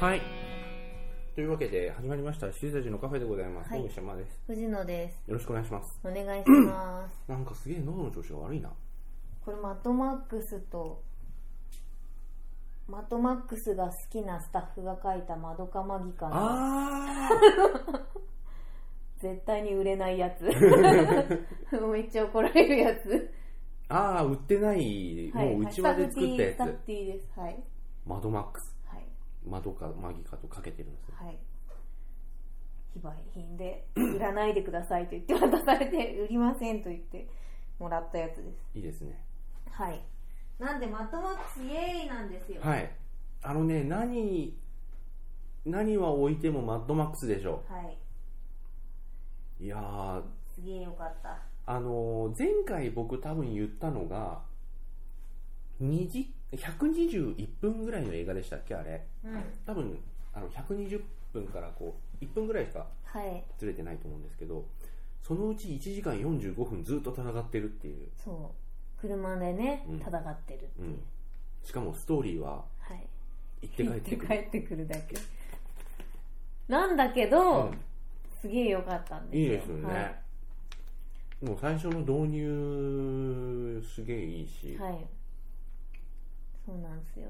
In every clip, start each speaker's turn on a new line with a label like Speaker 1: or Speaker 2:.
Speaker 1: はい。というわけで始まりました、シューたちのカフェでございます。
Speaker 2: はい
Speaker 1: 大石山です。
Speaker 2: 藤野です。
Speaker 1: よろしくお願いします。
Speaker 2: お願いします。
Speaker 1: なんかすげえ喉の調子が悪いな。
Speaker 2: これマットマックスとマットマックスが好きなスタッフが書いたマドカマギカの
Speaker 1: あ
Speaker 2: 絶対に売れな いやつ。めっちゃ怒られるやつ。
Speaker 1: ーあー、売ってない、
Speaker 2: はい
Speaker 1: もううちわで作ったや
Speaker 2: スタッ
Speaker 1: つ
Speaker 2: フ。ティーです。はい。
Speaker 1: マドマックス。
Speaker 2: はい。
Speaker 1: マドかマギかとかけてるんですよ。
Speaker 2: はい。非売品で売らないでくださいと言って渡されて売りませんと言ってもらったやつです。
Speaker 1: いいですね。
Speaker 2: はい。なんでマットマックスイエーイなんですよ。
Speaker 1: はい。あのね、何、何は置いてもマッドマックスでしょ。
Speaker 2: はいう
Speaker 1: いやー、
Speaker 2: すげえよかった。
Speaker 1: あのー前回僕多分言ったのが20 121分ぐらいの映画でしたっけあれ
Speaker 2: うん。
Speaker 1: 多分あの120分からこう1分ぐらいしか
Speaker 2: はい。
Speaker 1: ずれてないと思うんですけどそのうち1時間45分ずっと戦ってるっていう、
Speaker 2: そう。車でね
Speaker 1: うん、
Speaker 2: 戦ってるって
Speaker 1: う
Speaker 2: いう。
Speaker 1: ん、しかもストーリーは
Speaker 2: はい。
Speaker 1: 行って帰ってく
Speaker 2: 帰
Speaker 1: る、
Speaker 2: ってくるだけ。なんだけ
Speaker 1: う
Speaker 2: ど、
Speaker 1: ん
Speaker 2: すげえ良かったんです
Speaker 1: い
Speaker 2: よ。
Speaker 1: いですよね、
Speaker 2: はい
Speaker 1: もう最初の導入すげえいいし、
Speaker 2: はい。そうなんですよ。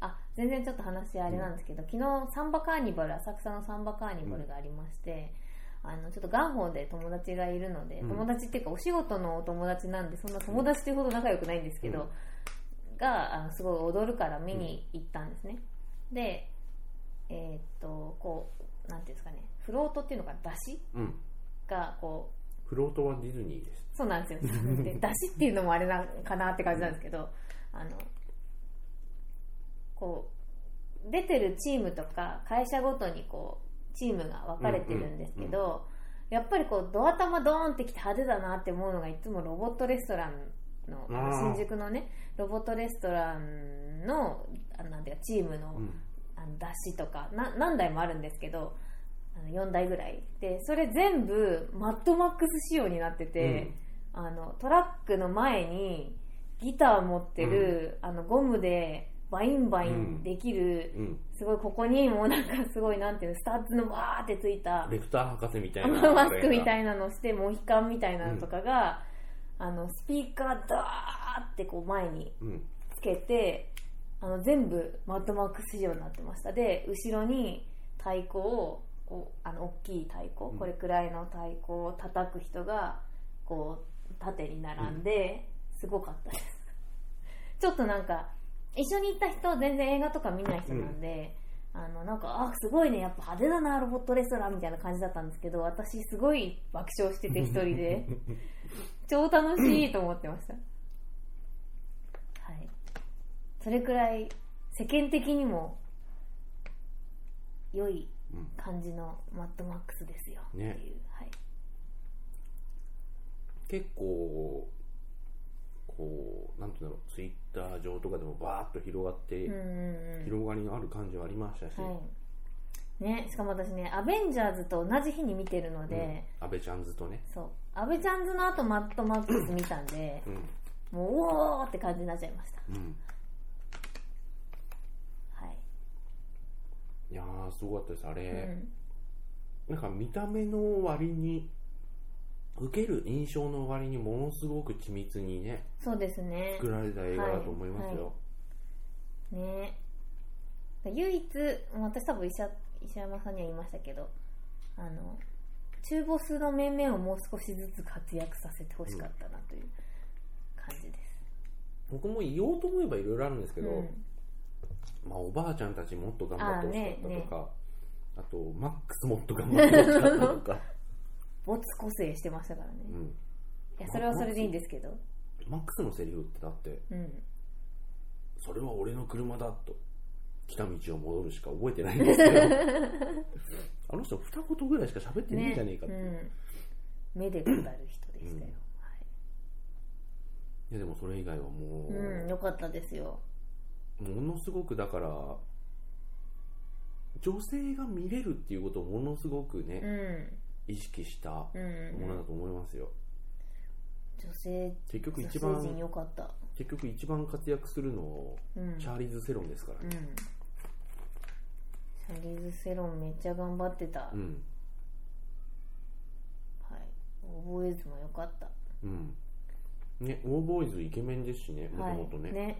Speaker 2: あ、全然ちょっと話あれなんですけど、昨日サンバカーニバル、浅草のサンバカーニバルがありまして、あのちょっと元宝で友達がいるので、
Speaker 1: うん
Speaker 2: 友達っていうかお仕事のお友達なんでそんな友達っていうほど仲良くないんですけど、があのすごい踊るから見に行ったんですね、でえーっとこうなんていうんですかねフロートっていうのが出汁
Speaker 1: うん、
Speaker 2: がこう
Speaker 1: フロートはディズニーです
Speaker 2: そうなんですよ。で、だしっていうのもあれなかなって感じなんですけど、あの、こう、出てるチームとか、会社ごとにこう、チームが分かれてるんですけど、やっぱりこう、ドア玉ドーンってきて派手だなって思うのが、いつもロボットレストランの、
Speaker 1: あー
Speaker 2: 新宿のね、ロボットレストランの、あなんていうか、チームの、
Speaker 1: うん
Speaker 2: あの出汁とかな何台もあるんですけどあの4台ぐらいでそれ全部マッドマックス仕様になってて、あのトラックの前にギター持ってる、あのゴムでバインバインできる、
Speaker 1: うん、
Speaker 2: すごいここにもなんかすごいなんていうのスタッツのわーってついた
Speaker 1: レクター博士みたいな
Speaker 2: マスクみ
Speaker 1: い
Speaker 2: たいなのしてモヒカンみたいなのとかが、あのスピーカーダーってこう前に
Speaker 1: うん
Speaker 2: つけてあの全部マッドマックス仕様になってましたで後ろに太鼓をこうあの大きい太鼓、
Speaker 1: うん
Speaker 2: これくらいの太鼓を叩く人がこう縦に並んで、すごかったです ちょっとなんか一緒に行った人全然映画とか見ない人なんで、あのなんかあすごいねやっぱ派手だなロボットレストランみたいな感じだったんですけど私すごい爆笑してて一人で超楽しいと思ってましたはいそれくらい世間的にも良い
Speaker 1: うん
Speaker 2: 感じのマッドマックスですよっていう、
Speaker 1: ね
Speaker 2: はい、
Speaker 1: 結構こうなんていうんだろうツイッター上とかでもバーッと広がって、
Speaker 2: うんうんうん
Speaker 1: 広がりのある感じはありましたし、
Speaker 2: はいね、しかも私ね「アベンジャーズ」と同じ日に見てるので、
Speaker 1: 安倍ちゃんずとね、
Speaker 2: そう「アベちゃんズ」の後マッドマックス見たんで
Speaker 1: うん
Speaker 2: もうおおって感じになっちゃいました
Speaker 1: うん、
Speaker 2: はい、
Speaker 1: いやーすごかったですあれ、
Speaker 2: うん
Speaker 1: なんか見た目の割に受ける印象の割にものすごく緻密にね
Speaker 2: そうですね
Speaker 1: 作られた映画だと思いますよ、
Speaker 2: ね唯一私多分石山石山さんには言いましたけどあの中ボスの面々をもう少しずつ活躍させてほしかったなという感じです、
Speaker 1: 僕も言おうと思えばいろいろあるんですけ
Speaker 2: うん
Speaker 1: ど、まあ、おばあちゃんたちもっと頑張ってほしかったとかあ,、とマックスもっと頑張ってほしかったと か、
Speaker 2: ボツ個性してましたからね、
Speaker 1: う
Speaker 2: い
Speaker 1: ん、
Speaker 2: やそれはそれでいいんですけど、
Speaker 1: マックスのセリフってだって
Speaker 2: うん、
Speaker 1: それは俺の車だと来た道を戻るしか覚えてないんですけ どあの人二言ぐらいしか喋ってねえんじゃねえかっていう、
Speaker 2: ねうん、目で語る人でしたよ、
Speaker 1: いやでもそれ以外はもう、
Speaker 2: はい、うん、よかったですよ
Speaker 1: ものすごくだから女性が見れるっていうことをものすごく
Speaker 2: う
Speaker 1: ね、
Speaker 2: ん
Speaker 1: 意識したも
Speaker 2: うん、う
Speaker 1: のだ
Speaker 2: ん、
Speaker 1: と思いますよ
Speaker 2: 女性
Speaker 1: 結局
Speaker 2: 女
Speaker 1: 一
Speaker 2: 性
Speaker 1: 番
Speaker 2: 陣よかった
Speaker 1: 結局一番活躍するの
Speaker 2: うん
Speaker 1: チャーリーズ・セロンですから
Speaker 2: う
Speaker 1: ね、
Speaker 2: んリグセロンめっちゃ頑張ってた、は
Speaker 1: う
Speaker 2: い
Speaker 1: ん
Speaker 2: 覚えずもよかった
Speaker 1: うんねオーボーイズイケメンですしねも
Speaker 2: は
Speaker 1: と
Speaker 2: い
Speaker 1: もとね,、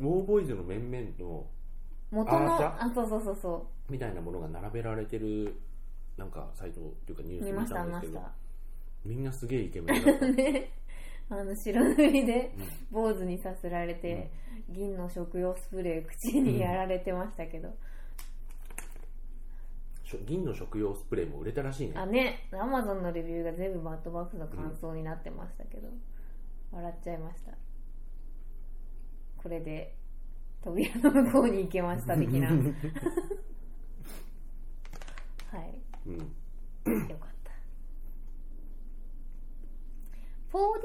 Speaker 1: オーボーイズの面々の
Speaker 2: 元の
Speaker 1: あじゃ
Speaker 2: あそうそうそうそ
Speaker 1: みたいなものが並べられてるなんかサイトっていうかニュ
Speaker 2: う
Speaker 1: ース
Speaker 2: 見ました
Speaker 1: ん
Speaker 2: 見
Speaker 1: で
Speaker 2: ます
Speaker 1: け
Speaker 2: し
Speaker 1: ど
Speaker 2: た
Speaker 1: みんなすげえイケメンだった、うん
Speaker 2: ね あの白塗りで坊主にさせられて、銀の食用スプレー口にやられてましたけど、
Speaker 1: しょ銀の食用スプレーも売れたらしいね
Speaker 2: あねアマゾンのレビューが全部バッドバックスの感想になってましたけど、笑っちゃいましたこれで扉の向こうに行けました的 なはい
Speaker 1: うん
Speaker 2: よかった 4D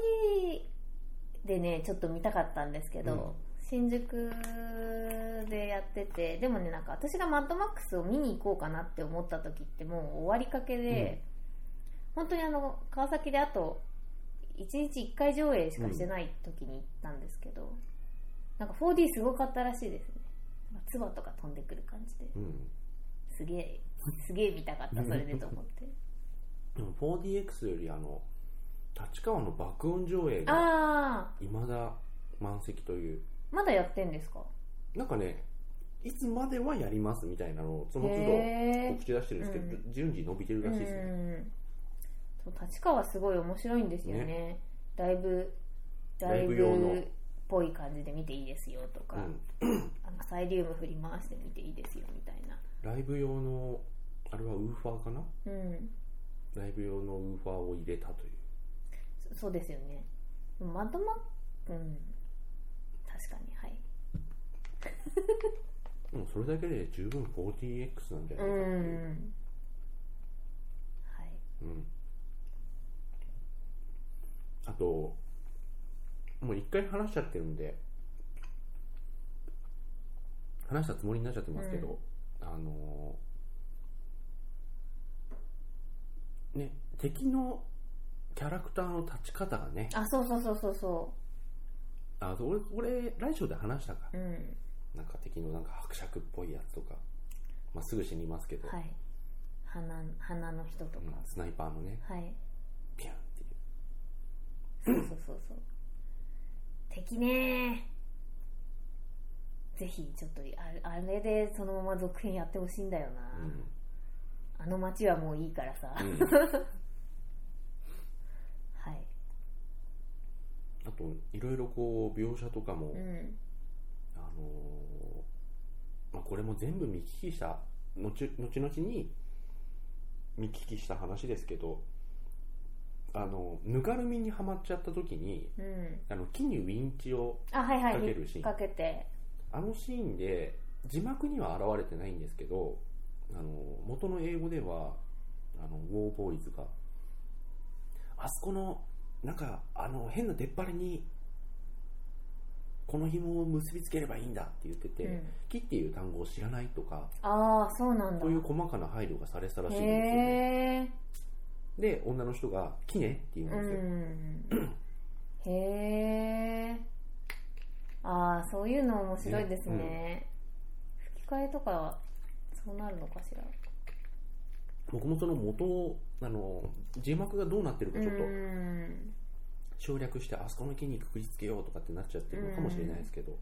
Speaker 2: でねちょっと見たかったんですけど、
Speaker 1: うん
Speaker 2: 新宿でやっててでもねなんか私がマッドマックスを見に行こうかなって思った時ってもう終わりかけで、本当にあの川崎であと1日1回上映しかしてない時に行ったんですけど、なんか 4D すごかったらしいですねなんか唾とか飛んでくる感じで
Speaker 1: うん
Speaker 2: すげえすげえ見たかったそれでと思って
Speaker 1: でも 4DX よりあの立川の爆音上映が
Speaker 2: あ
Speaker 1: いまだ満席という
Speaker 2: あまだやってんですか
Speaker 1: なんかねいつまではやりますみたいなのをその都度
Speaker 2: へ
Speaker 1: 告知出してるんですけど、
Speaker 2: う
Speaker 1: 順次伸びてる
Speaker 2: ー
Speaker 1: らしいですね、
Speaker 2: うんそう立川すごい面白いんですよねだいぶだ
Speaker 1: ラ
Speaker 2: い
Speaker 1: イブ
Speaker 2: ぶ
Speaker 1: 用の
Speaker 2: っぽい感じで見ていいですよとか、
Speaker 1: うん
Speaker 2: あのサイリウム振り回して見ていいですよみたいな
Speaker 1: ライブ用のあれはウーファーかな
Speaker 2: うん
Speaker 1: ライブ用のウーファーを入れたという
Speaker 2: そそうですよねでもマッドマうん確かにはい
Speaker 1: でもそれだけで十分 4DX なんじゃな
Speaker 2: う
Speaker 1: いかっていう、
Speaker 2: んはい
Speaker 1: うんあともう一回話しちゃってるんで話したつもりになっちゃってますけど、あのーね敵のキャラクターの立ち方がね
Speaker 2: あそうそうそうそうそ
Speaker 1: あそう俺俺来週で話したか
Speaker 2: ううん
Speaker 1: なんか敵のなんか伯爵っぽいやつとか、まあ、すぐ死にますけど、
Speaker 2: はい鼻鼻の人と
Speaker 1: うん
Speaker 2: か、
Speaker 1: スナイパーのね
Speaker 2: はい
Speaker 1: ピャンっていう
Speaker 2: そうそうそうそう敵ねぜひちょっとああれでそのまま続編やってほしいんだよな、あの街はもういいからさ、
Speaker 1: うん、うん
Speaker 2: はい
Speaker 1: あといろいろこう描写とかも、
Speaker 2: うん
Speaker 1: あのーまあ、これも全部見聞きした後後々に見聞きした話ですけどあのぬかるみにはまっちゃった時に
Speaker 2: うん
Speaker 1: あの木にウィンチを
Speaker 2: あはいはい
Speaker 1: かけるシーン
Speaker 2: 引っ掛けて
Speaker 1: あのシーンで字幕には現れてないんですけどあの元の英語ではあのウォーボーイズがあそこのなんかあの変な出っ張りにこの紐を結びつければいいんだって言ってて、
Speaker 2: うん、
Speaker 1: 木っていう単語を知らないとか
Speaker 2: ああそうなんだ
Speaker 1: そういう細かな配慮がされてたらしいんですよね
Speaker 2: へえ
Speaker 1: で女の人が「木ね」って言うん
Speaker 2: う
Speaker 1: ですよ、
Speaker 2: んへえああそういうの面白いですね
Speaker 1: ね
Speaker 2: 吹き替えとかそうなるのかしら
Speaker 1: 僕もその元をあの字幕がどうなってるかちょっと
Speaker 2: うん
Speaker 1: 省略してあそこの木にくくりつけようとかってなっちゃってるのかもしれないですけど、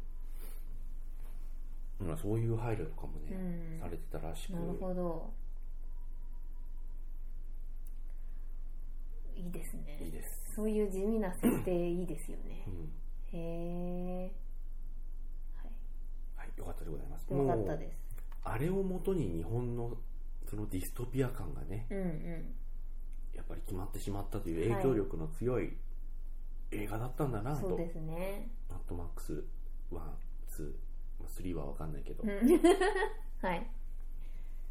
Speaker 1: まあそういう配慮とかも
Speaker 2: う
Speaker 1: ね、
Speaker 2: ん
Speaker 1: されてたらしく
Speaker 2: なるほどいいですね
Speaker 1: いいです、
Speaker 2: そういう地味な設定いいですよね
Speaker 1: うん
Speaker 2: へえ、
Speaker 1: はい、よかったでございます
Speaker 2: はい、よか
Speaker 1: も
Speaker 2: った
Speaker 1: う
Speaker 2: です
Speaker 1: あれをもとに日本のそのディストピア感がね
Speaker 2: うんうん
Speaker 1: やっぱり決まってしまったという影響力の強い映画だったんだなと、
Speaker 2: そうですね
Speaker 1: マットマックス1、2、まあ3は分かんないけど
Speaker 2: う、ん はい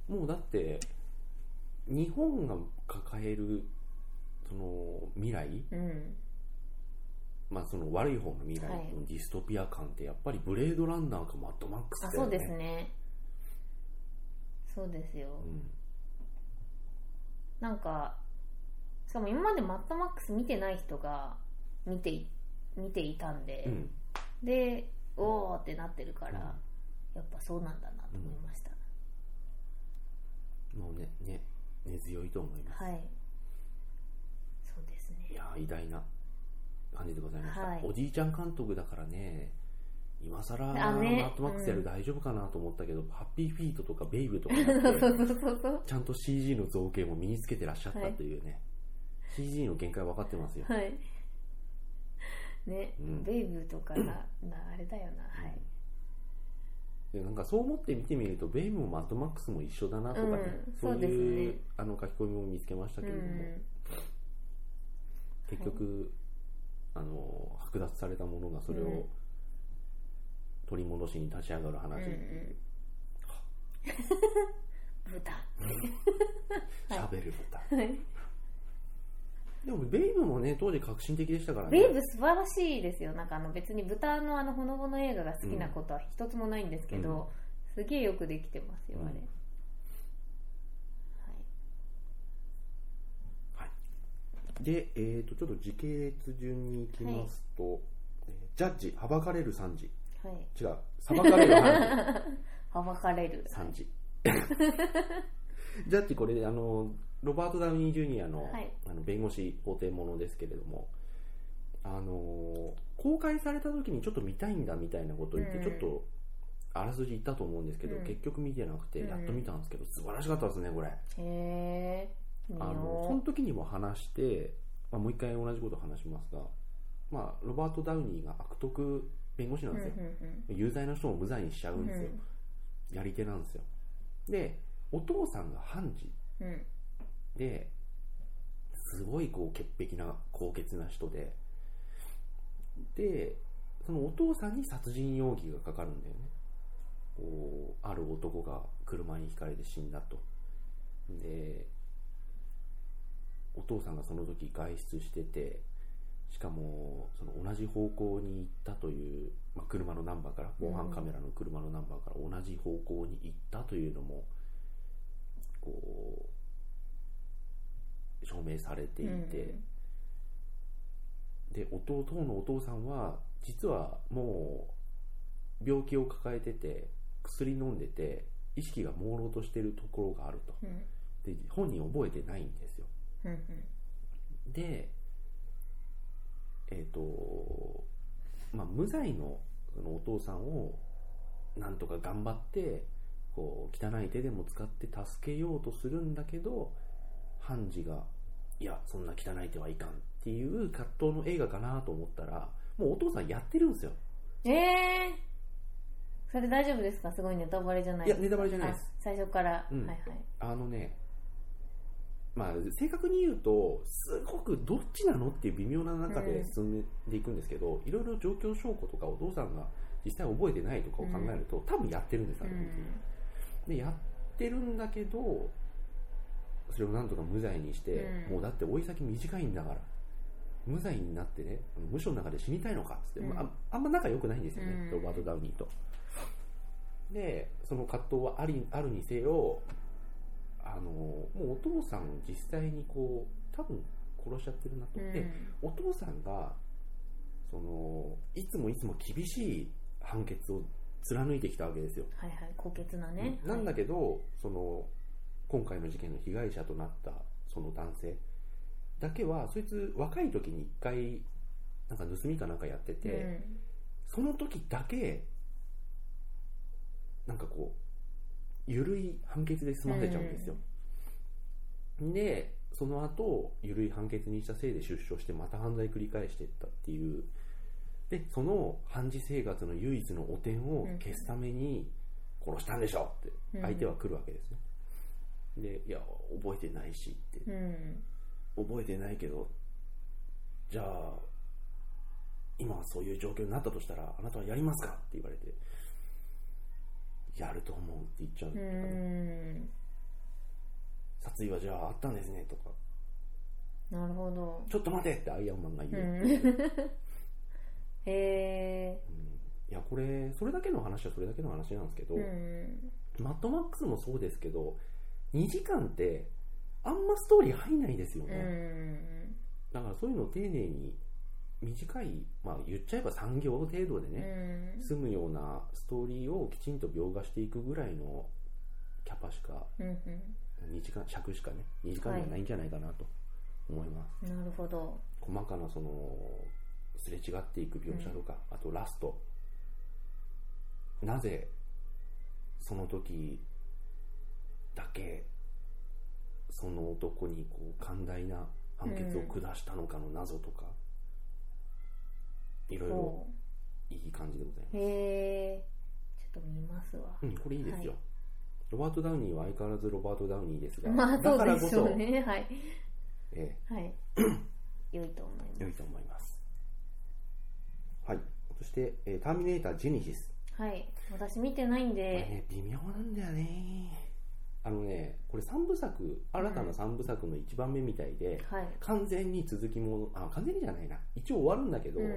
Speaker 1: もうだって日本が抱えるその未来、
Speaker 2: うん
Speaker 1: まあ、その悪い方の未来
Speaker 2: はい
Speaker 1: のディストピア感ってやっぱりブレードランナーかマッドマックス
Speaker 2: あ
Speaker 1: だよ
Speaker 2: そう
Speaker 1: ね
Speaker 2: ですねそうですよ、
Speaker 1: うん
Speaker 2: なんかしかも今までマッドマックス見てない人が見てい見ていたんで、
Speaker 1: うん
Speaker 2: でおーってなってるから、やっぱそうなんだなと思いました、
Speaker 1: ねね根強いと思います、
Speaker 2: はいそうです
Speaker 1: い、
Speaker 2: ね
Speaker 1: やー偉大な感じでございました、
Speaker 2: はい
Speaker 1: おじいちゃん監督だからね今更ら
Speaker 2: あね
Speaker 1: マットマックスやる大丈夫かなと思ったけど、ハッピーフィートとかベイブとか
Speaker 2: そう
Speaker 1: やっ
Speaker 2: そ
Speaker 1: て
Speaker 2: うそうそう
Speaker 1: ちゃんと CG の造形も身につけてらっしゃったというね、CG の限界分かってますよ、
Speaker 2: はいね、
Speaker 1: うん
Speaker 2: ベイブとかななあれだよなはい
Speaker 1: でなんかそう思って見てみるとベイブもマッドマックスも一緒だなとかね、
Speaker 2: うん
Speaker 1: そう
Speaker 2: そう
Speaker 1: い
Speaker 2: で
Speaker 1: う
Speaker 2: すね
Speaker 1: あの書き込みも見つけましたけ
Speaker 2: う
Speaker 1: れども、
Speaker 2: ん
Speaker 1: 結局、あの剥奪されたものがそれ
Speaker 2: うん
Speaker 1: を取り戻しに立ち上がる話っていう
Speaker 2: 豚うん
Speaker 1: 喋、る豚
Speaker 2: はい
Speaker 1: でもベイブもね当時革新的でしたからね
Speaker 2: ベイブ素晴らしいですよなんかあの別に豚のあのほのぼの映画が好きなことは一つもないんですけど、すげえよくできてますよあれ、
Speaker 1: うんで、えー、とちょっと時系列順に行きますと、えージャッジはばかれる3時
Speaker 2: はいはい
Speaker 1: 違う裁かれる 判事
Speaker 2: はばかれる
Speaker 1: 3時 ジャッジこれあのロバート・ダウニー・ジュニアの,、
Speaker 2: はい
Speaker 1: あの弁護士法廷ものですけれどもあの公開された時にちょっと見たいんだみたいなことを言って、
Speaker 2: うん
Speaker 1: ちょっとあらすじ言ったと思うんですけど、
Speaker 2: うん
Speaker 1: 結局見てなくて
Speaker 2: うん
Speaker 1: やっと見たんですけど、素晴らしかったですねこれ
Speaker 2: へえ見
Speaker 1: あのその
Speaker 2: よ
Speaker 1: 時にも話して、まあ、もう一回同じこと話しますが、まあ、ロバート・ダウニーが悪徳弁護士
Speaker 2: う
Speaker 1: なん
Speaker 2: うん
Speaker 1: ですよ、
Speaker 2: う
Speaker 1: 有罪の人も無罪にしちゃうん
Speaker 2: ん
Speaker 1: ですよ、やり手なんですよでお父さんが判事
Speaker 2: うんうん
Speaker 1: ですごいこう潔癖な高潔な人ででそのお父さんに殺人容疑がかかるんだよねこうある男が車にひかれて死んだとでお父さんがその時外出しててしかもその同じ方向に行ったという、まあ、車のナンバーから防犯カメラの車のナンバーから同じ方向に行ったというのもこう証明されていて、で弟のお父さんは実はもう病気を抱えてて薬飲んでて意識が朦朧としてるところがあると
Speaker 2: うんうん
Speaker 1: で本人覚えてないんですよ
Speaker 2: うんうん
Speaker 1: でえっ、とまあ無罪のそのお父さんをなんとか頑張ってこう汚い手でも使って助けようとするんだけど判事が「いやそんな汚い手はいかん」っていう葛藤の映画かなと思ったらもうお父さんやってるんですよ
Speaker 2: うんええそれ大丈夫ですかすごいネタバレじゃない
Speaker 1: いやネタバレじゃないです
Speaker 2: あ最初から、
Speaker 1: うん
Speaker 2: はいはい
Speaker 1: あのねまあ正確に言うとすごくどっちなのっていう微妙な中で進んでいくんですけど、いろいろ状況証拠とかお父さんが実際覚えてないとかを考えると、多分やってるんです
Speaker 2: う
Speaker 1: よ、本当に
Speaker 2: ん
Speaker 1: でやってるんだけどそれをなんとか無罪にして、
Speaker 2: うん
Speaker 1: もうだって追い先短いんだから無罪になってねあの無所の中で死にたいのかっつって、
Speaker 2: うん
Speaker 1: まあ、あんま仲良くないんですよね、
Speaker 2: うん
Speaker 1: ロバート・ダウニーとでその葛藤はありあるにせよあのもうお父さんを実際にこう多分殺しちゃってるなと、
Speaker 2: うん
Speaker 1: でお父さんがそのいつもいつも厳しい判決を貫いてきたわけですよ
Speaker 2: はいはい高潔なね、
Speaker 1: うんなんだ
Speaker 2: け
Speaker 1: けど、その今回の事件の被害者となったその男性だけはそいつ若い時に一回なんか盗みかなんかやってて、その時だけなんかこう緩い判決で済ませちゃうんですよ、でその後緩い判決にしたせいで出所してまた犯罪繰り返していったっていうでその判事生活の唯一の汚点を消すために殺したんでしょって
Speaker 2: うん
Speaker 1: 相手は来るわけですね、でいや覚えてないしって
Speaker 2: うん、うん
Speaker 1: 覚えてないけどじゃあ今そういう状況になったとしたらあなたはやりますかって言われてやると思うって言っちゃうと
Speaker 2: う
Speaker 1: かね、
Speaker 2: ん
Speaker 1: 殺意はじゃああったんですねとか
Speaker 2: なるほど
Speaker 1: ちょっと待てってアイアンマンが
Speaker 2: う
Speaker 1: 言う、
Speaker 2: んへえ
Speaker 1: うんいやこれそれだけの話はそれだけの話なんですけど、
Speaker 2: うん
Speaker 1: マッドマックスもそうですけど2時間ってあんまストーリー入んないですよ
Speaker 2: う
Speaker 1: ね、
Speaker 2: ん
Speaker 1: だからそういうのを丁寧に短い、まあ、言っちゃえば産業程度で
Speaker 2: う
Speaker 1: ね、
Speaker 2: ん
Speaker 1: 済むようなストーリーをきちんと描画していくぐらいのキャパしか
Speaker 2: うんうん
Speaker 1: 2時間尺しかね2時間じゃないんじゃないかなと思います、
Speaker 2: なるほど
Speaker 1: 細かなそのすれ違っていく描写とか、あとラストなぜその時だけその男にこう寛大な判決を下したのかの謎とか、いろいろ
Speaker 2: お
Speaker 1: いい感じでございます
Speaker 2: うへえちょっと見ますわ
Speaker 1: うん、これいいですよ、
Speaker 2: は
Speaker 1: ロバート・ダウニーは相変わらずロバート・ダウニーですが、
Speaker 2: ま
Speaker 1: だ
Speaker 2: あそ
Speaker 1: か
Speaker 2: う
Speaker 1: ら
Speaker 2: で
Speaker 1: こ
Speaker 2: しょ
Speaker 1: そ、
Speaker 2: うねはい
Speaker 1: え
Speaker 2: はい 良いと思い
Speaker 1: え良
Speaker 2: ま
Speaker 1: いと思いますはいそして、えーターミネーター・ジェニシス」
Speaker 2: すはい私見てないん
Speaker 1: これ
Speaker 2: で
Speaker 1: ね微妙なんだよねあのねこれ3部作新たな3部作の1番目みたいで、
Speaker 2: はい
Speaker 1: 完全に続きものあ完全にじゃないな一応終わるんだけど、
Speaker 2: うん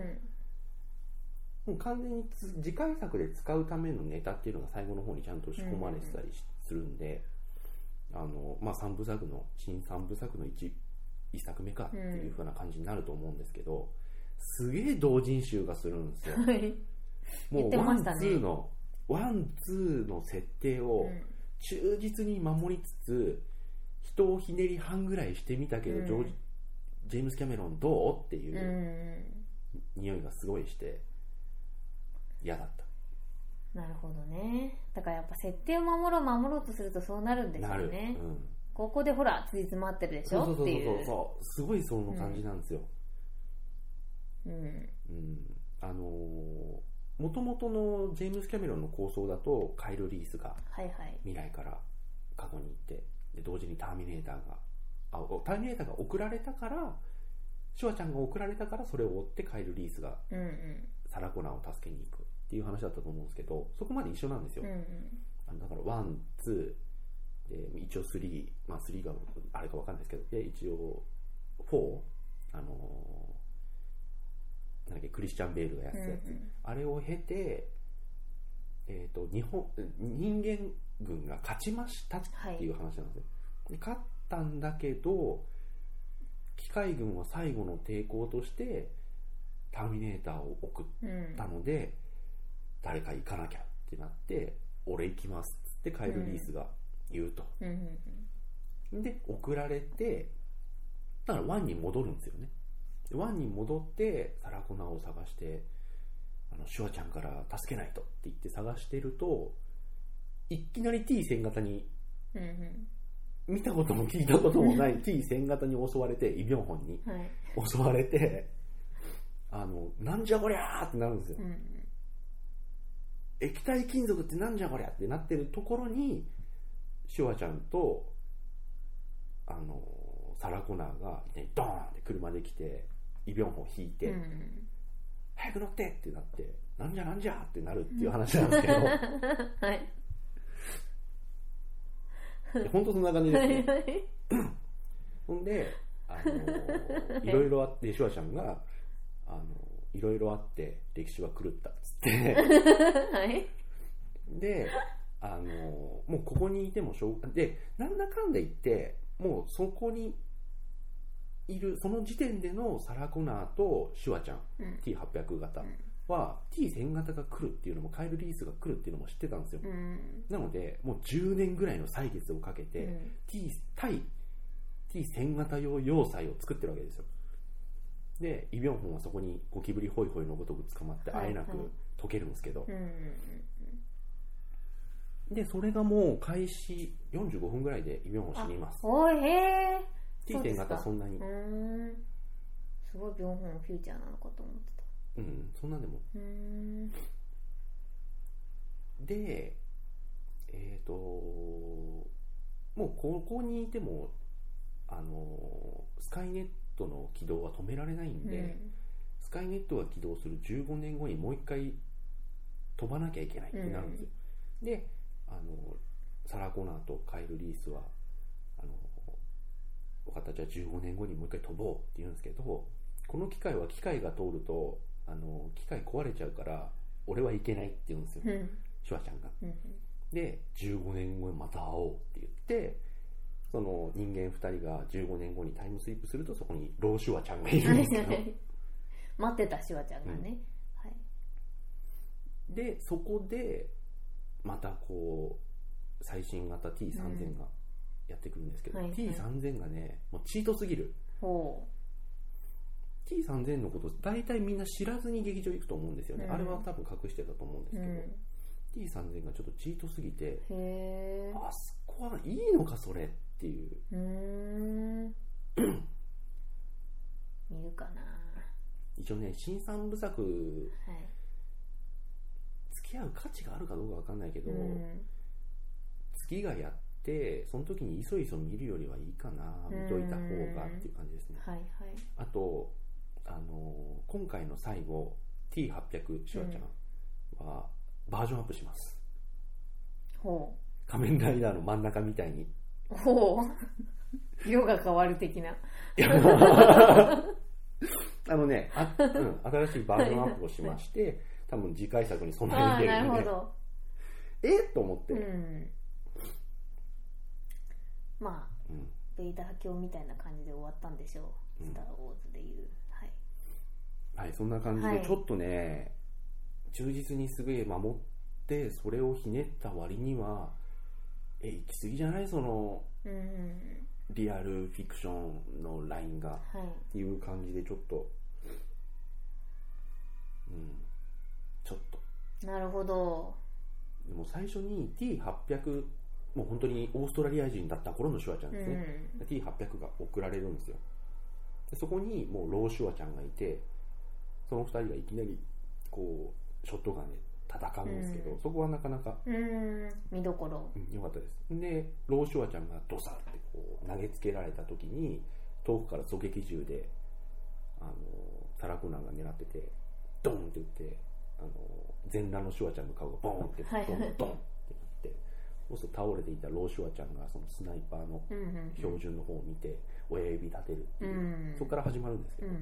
Speaker 1: もう完全につ次回作で使うためのネタっていうのが最後の方にちゃんと仕込まれてたりしするんで、あのまあ、3部作の新3部作の 1, 一作目かっていう風な感じになると思うんですけど、すげえ同人集がするんで すよ
Speaker 2: はい言
Speaker 1: も
Speaker 2: っ
Speaker 1: う
Speaker 2: て
Speaker 1: ワ
Speaker 2: ま
Speaker 1: ン
Speaker 2: し
Speaker 1: ツ
Speaker 2: たね
Speaker 1: ーのワンツーの設定を忠実に守りつつ人をひねり半ぐらいしてみたけど、
Speaker 2: うん、
Speaker 1: ジョージジェームス・キャメロンどうっていううん
Speaker 2: うん
Speaker 1: 匂いがすごいして嫌だった
Speaker 2: なるほどねだからやっぱ設定を守ろう守ろうとするとそうなるんですよ
Speaker 1: なる、
Speaker 2: ね
Speaker 1: うん、
Speaker 2: ここでほらついつまってるでし
Speaker 1: そうそう
Speaker 2: ょっ
Speaker 1: そう
Speaker 2: て
Speaker 1: そう
Speaker 2: いう
Speaker 1: そうすごいその感じなんですよ、
Speaker 2: うん
Speaker 1: うんあのもともとのジェームス・キャメロンの構想だとカイル・リースが
Speaker 2: はいはい
Speaker 1: 未来から過去に行ってで同時にターミネーターがあおターミネーターが送られたからシュワちゃんが送られたからそれを追ってカイル・リースが
Speaker 2: うんうん
Speaker 1: サラコナーを助けに行くっていう話だったと思うんですけどそこまで一緒なんですよ、
Speaker 2: うんうん
Speaker 1: あのだからワン、ツー、で一応スリー、まあスリーがあれかわかんないですけど、で一応フォー、あのーなんだっけクリスチャンベールがやっ
Speaker 2: う
Speaker 1: て
Speaker 2: ん
Speaker 1: た
Speaker 2: う
Speaker 1: やつ、
Speaker 2: ん
Speaker 1: あれを経て、えっ、と日本人間軍が勝ちましたっ
Speaker 2: は
Speaker 1: てい
Speaker 2: いう
Speaker 1: 話なんですよ。で勝ったんだけど、機械軍は最後の抵抗としてターミネーターを送っ
Speaker 2: うん
Speaker 1: たので、誰か行かなきゃってなって俺行きますっつってカイル・リースが言うと、
Speaker 2: うんうん
Speaker 1: で送られてだから湾に戻るんですよねで湾に戻ってサラコナーを探してあのシュワちゃんから助けないとって言って探してるといきなり T 線型に
Speaker 2: うんうん
Speaker 1: 見たことも聞いたこともない T 線型に襲われてイ・ビョンホンに
Speaker 2: うんはい
Speaker 1: 襲われてあのなんじゃこりゃーってなるんですよ
Speaker 2: うんうん
Speaker 1: 液体金属ってなんじゃこりゃってなってるところにシュワちゃんとあのサラ・コナーがいきなりドーンって車で来てイ・ビョンホン引いて、
Speaker 2: うんうん
Speaker 1: 早く乗ってってなってなんじゃなんじゃってなるっていう話なん ですけど
Speaker 2: はい
Speaker 1: 本当そんな感じですね
Speaker 2: はいはい
Speaker 1: ほんで、あ のいろいろあって、シュワちゃんが、あのいろいろあって、歴史は狂ったっつって、
Speaker 2: はい
Speaker 1: で、あのもうここにいてもしょうで、なんだかんだ言って、もうそこにいる、その時点でのサラ・コナーとシュワちゃん、
Speaker 2: うん
Speaker 1: T800 型は、T1000 型が来るっていうのも、カイル・リースが来るっていうのも知ってたんですよ。
Speaker 2: うん
Speaker 1: なので、もう10年ぐらいの歳月をかけて、T 対 T1000 型用要塞を作ってるわけですよでイ・ビョンホンはそこにゴキブリホイホイのごとく捕まってあえな
Speaker 2: はいはい
Speaker 1: く溶けるんですけど、
Speaker 2: うんうん
Speaker 1: でそれがもう開始45分ぐらいでイ・ビョンホン死にます
Speaker 2: おいへえそうで
Speaker 1: T1000
Speaker 2: すか
Speaker 1: 型そんなに
Speaker 2: うーんすごい病本フューチャーなのかと思ってた
Speaker 1: うんそんなんでも
Speaker 2: うーん
Speaker 1: でえっ、ともうここにいてもあのスカイネットの起動は止められないん
Speaker 2: う
Speaker 1: で、
Speaker 2: ん
Speaker 1: スカイネットが起動する15年後にもう一回飛ばなきゃいけないってなるんですよ、であのサラ・コナーとカイル・リースはあの分かったじゃあ15年後にもう一回飛ぼうって言うんですけどこの機械は機械が通るとあの機械壊れちゃうから俺はいけないって言うんですよ、
Speaker 2: うんうん
Speaker 1: シュワちゃんが
Speaker 2: うん
Speaker 1: で15年後にまた会おうって言ってその人間2人が15年後にタイムスリップするとそこにローシュワちゃんがいるんですけど
Speaker 2: 待ってたシュワちゃんがね、はい
Speaker 1: でそこでまたこう最新型 T3000 がやってくるんですけど、
Speaker 2: はいはい
Speaker 1: T3000 がねもうチートすぎる
Speaker 2: ほ
Speaker 1: T3000 のこと大体みんな知らずに劇場行くと思うんですよね、
Speaker 2: うん
Speaker 1: あれは多分隠してたと思うんです
Speaker 2: う、
Speaker 1: け
Speaker 2: う
Speaker 1: ど、
Speaker 2: ん、
Speaker 1: T3000 がちょっとチートすぎて
Speaker 2: へえ
Speaker 1: あそこはいいのかそれっていう
Speaker 2: うーん見るかな
Speaker 1: 一応ね新三部作
Speaker 2: はい
Speaker 1: 付き合う価値があるかどうかわかんないけど、
Speaker 2: うん
Speaker 1: 月がやってその時にいそいそ見るよりはいいかな見といた方がっていう感じですね、
Speaker 2: はいはい
Speaker 1: あとあの今回の最後 T800 シュワちゃんはバージョンアップします、
Speaker 2: ほ
Speaker 1: 仮面ライダーの真ん中みたいに
Speaker 2: うほう色が変わる的ない
Speaker 1: やもうあのねあ、うん、新しいバージョンアップをしまして多分次回作に
Speaker 2: あ
Speaker 1: 備
Speaker 2: あ
Speaker 1: えて
Speaker 2: な
Speaker 1: る
Speaker 2: る
Speaker 1: ん
Speaker 2: ほ
Speaker 1: で、ね、
Speaker 2: ど
Speaker 1: えっと思って、
Speaker 2: うんまあ
Speaker 1: うん
Speaker 2: ベイダー教みたいな感じで終わったんでしょう「
Speaker 1: うん
Speaker 2: スター・ウォーズ」でいうはい
Speaker 1: はい、そんな感じ
Speaker 2: はい
Speaker 1: で、ちょっとね、忠実にすげえ守って、それをひねった割には、え、行き過ぎじゃないその、
Speaker 2: うん
Speaker 1: リアルフィクションのラインが。
Speaker 2: はい
Speaker 1: っていう感じで、ちょっと、うん、ちょっと。
Speaker 2: なるほど
Speaker 1: でも最初に T800、もう本当にオーストラリア人だった頃のシュワちゃん
Speaker 2: う
Speaker 1: ですね。
Speaker 2: ん
Speaker 1: T800 が送られるんですよでそこにもうローシュワちゃんがいてその2人がいきなりこうショットガンで戦うんですけど、
Speaker 2: うん
Speaker 1: そこはなかなか
Speaker 2: うん見どころ
Speaker 1: うん良かったですでローシュワちゃんがドサってこう投げつけられた時に遠くから狙撃銃であのタラコナンが狙っててドンって打ってあの全裸のシュワちゃんの顔がボーンって
Speaker 2: はい
Speaker 1: ドンドンってなってそうすると倒れていたローシュワちゃんがそのスナイパーの
Speaker 2: うんうん
Speaker 1: 標準の方を見て親指立てるって
Speaker 2: う
Speaker 1: いう、
Speaker 2: ん
Speaker 1: そこから始まるんですけ
Speaker 2: う
Speaker 1: ど、
Speaker 2: ん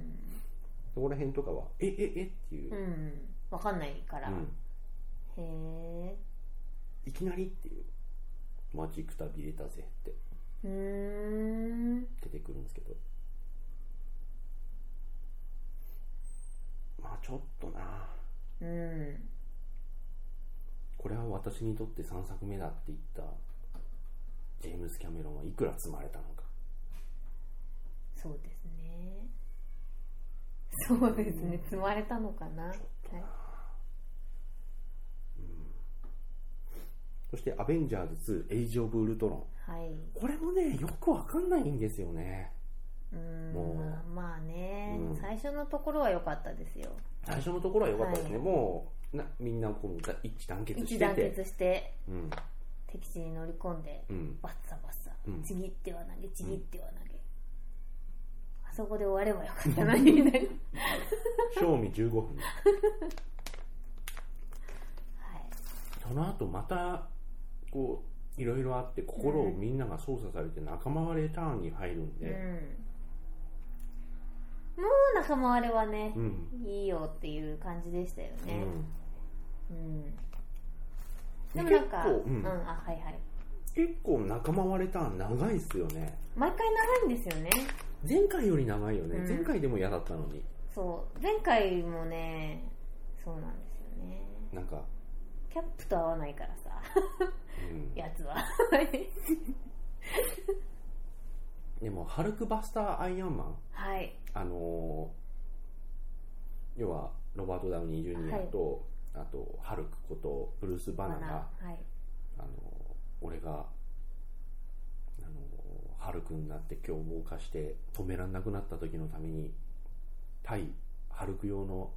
Speaker 1: そこら辺とかはえええっていう、
Speaker 2: う
Speaker 1: うん
Speaker 2: んわかんないから、へえ
Speaker 1: いきなりっていう待ちくたびれたぜって
Speaker 2: うーん
Speaker 1: 出てくるんですけどまあちょっとな
Speaker 2: うん
Speaker 1: これは私にとって3作目だって言ったジェームス・キャメロンはいくら積まれたのか
Speaker 2: そうですねそうですね積まれたのかなはい
Speaker 1: ちょっとな、うん、そして「アベンジャーズ2エイジ・オブ・ウルトロン」
Speaker 2: はい
Speaker 1: これもねよくわかんないんですよね
Speaker 2: うーん
Speaker 1: もう
Speaker 2: まあまあね、
Speaker 1: うん
Speaker 2: 最初のところは良かったですよ
Speaker 1: 最初のところは良かったですね、
Speaker 2: はい
Speaker 1: もうなみんなこうだ一致団結
Speaker 2: 一
Speaker 1: し
Speaker 2: 致
Speaker 1: て
Speaker 2: 団
Speaker 1: て
Speaker 2: 結して
Speaker 1: うん
Speaker 2: 敵地に乗り込んで
Speaker 1: うん
Speaker 2: バッサバッサ、
Speaker 1: うん
Speaker 2: ちぎっては投げちぎっては投げ、あそこで終わればよかったのにみたいな
Speaker 1: 賞味15分
Speaker 2: はい
Speaker 1: その後またこういろいろあって心をみんなが操作されて仲間割れターンに入るんで、
Speaker 2: うん、もう仲間割れはね
Speaker 1: う、ん
Speaker 2: いいよっていう感じでしたよ
Speaker 1: う
Speaker 2: ね、
Speaker 1: ん
Speaker 2: うんでもなんか、
Speaker 1: 結構う
Speaker 2: うん
Speaker 1: ん
Speaker 2: あはいはい
Speaker 1: 結構仲間割れターン長いっすよね
Speaker 2: 毎回長いんですよね
Speaker 1: 前回より長いよね、
Speaker 2: うん
Speaker 1: 前回でも嫌だったのに
Speaker 2: そう前回もねそうなんですよね
Speaker 1: なんか、
Speaker 2: キャップと合わないから さ
Speaker 1: うん、
Speaker 2: やつは
Speaker 1: でもハルクバスターアイアンマン
Speaker 2: はい
Speaker 1: あのー要はロバート・ダウニー・ジュニアと、あとハルクことブルース・バナナが、
Speaker 2: はい
Speaker 1: あのー俺が、あのーハルクになって凶暴化して止めらんなくなった時のために対ハルク用の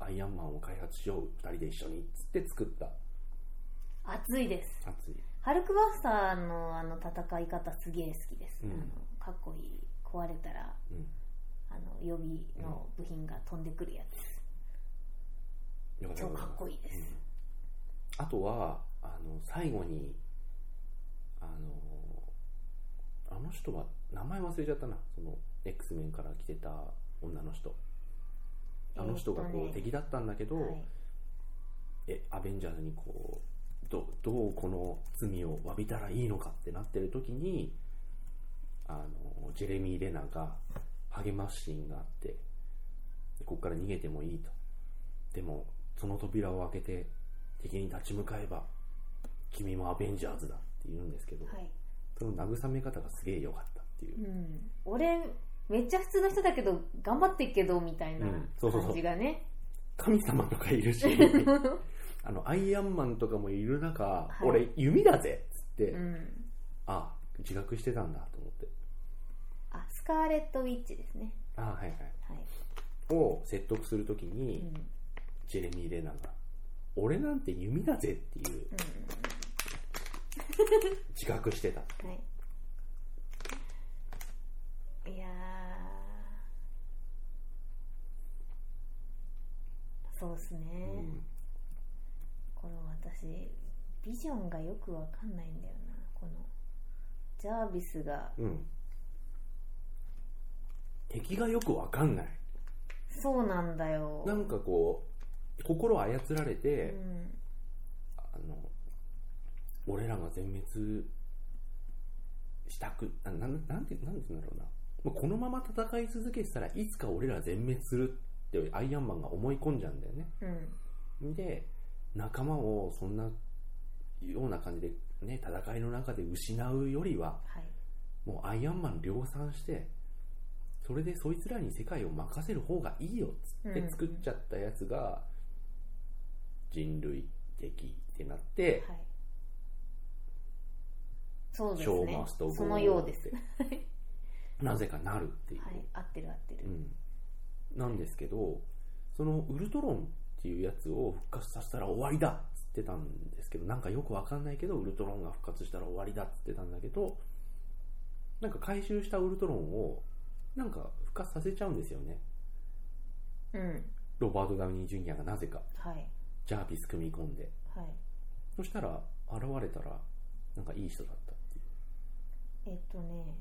Speaker 1: アイアンマンを開発しよう2人で一緒にっつって作った
Speaker 2: 熱いです
Speaker 1: 熱い
Speaker 2: ハルクバスターのあの戦い方すげえ好きです、
Speaker 1: うん
Speaker 2: あのかっこいい壊れたら
Speaker 1: うん
Speaker 2: あの予備の部品が飛んでくるやつ、
Speaker 1: よった
Speaker 2: 超かっこいいです、
Speaker 1: あとはあの最後にあのあの人は名前忘れちゃったなその X メンから来てた女の人あの人がこう、
Speaker 2: えーっとね
Speaker 1: 敵だったんだけど、
Speaker 2: はい、
Speaker 1: えアベンジャーズにこうどどうこの罪を詫びたらいいのかってなってる時にあのジェレミー・レナが励ますシーンがあってでここから逃げてもいいとでもその扉を開けて敵に立ち向かえば君もアベンジャーズだって言うんですけど、
Speaker 2: はい、
Speaker 1: その慰め方がすげえ良かったっていう
Speaker 2: う、ん、俺めっちゃ普通の人だけど頑張ってっけどみたいな
Speaker 1: うんそうそうそう
Speaker 2: 感じがね、
Speaker 1: 神様とかいる しあのアイアンマンとかもいる中、
Speaker 2: い
Speaker 1: 俺弓だぜっつって、
Speaker 2: うん、
Speaker 1: あ自覚してたんだと思って
Speaker 2: あスカーレット・ウィッチですね
Speaker 1: あはいはい
Speaker 2: はい、
Speaker 1: を説得するとき
Speaker 2: う
Speaker 1: に、
Speaker 2: んうん、
Speaker 1: ジェレミー・レナーが「俺なんて弓だぜ」っていう自覚してた
Speaker 2: はい。いやーそうですね、
Speaker 1: うん
Speaker 2: この私ビジョンがよくわかんないんだよなこのジャービスが
Speaker 1: うん敵がよくわかんない
Speaker 2: そうなんだよ
Speaker 1: なんかこう心操られ
Speaker 2: う
Speaker 1: て、
Speaker 2: ん
Speaker 1: あの俺らが全滅したくあなんなんてなんて言うんだろうなまあこのまま戦い続けてたらいつか俺ら全滅するってアイアンマンが思い込んじゃうんだよね
Speaker 2: うん
Speaker 1: で仲間をそんなような感じで、ね、戦いの中で失うよりは
Speaker 2: はい
Speaker 1: もうアイアンマン量産してそれでそいつらに世界を任せる方がいいよっつっ
Speaker 2: う
Speaker 1: て
Speaker 2: ん
Speaker 1: 作っちゃったやつが人類的ってなって
Speaker 2: はいそうです
Speaker 1: ショー
Speaker 2: ね
Speaker 1: マストゴー
Speaker 2: そのようです
Speaker 1: ってなぜかなるっていう、
Speaker 2: はい合ってる合ってる
Speaker 1: うん、なんですけどそのウルトロンっていうやつを復活させたら終わりだっつってたんですけどなんかよくわかんないけどウルトロンが復活したら終わりだっつってたんだけどなんか回収したウルトロンをなんか復活させちゃうんですよね
Speaker 2: うん、
Speaker 1: ロバート・ダウニー・ジュニアがなぜか
Speaker 2: はい
Speaker 1: ジャービス組み込んで
Speaker 2: はい
Speaker 1: そしたら現れたらなんかいい人だったってい
Speaker 2: えっとね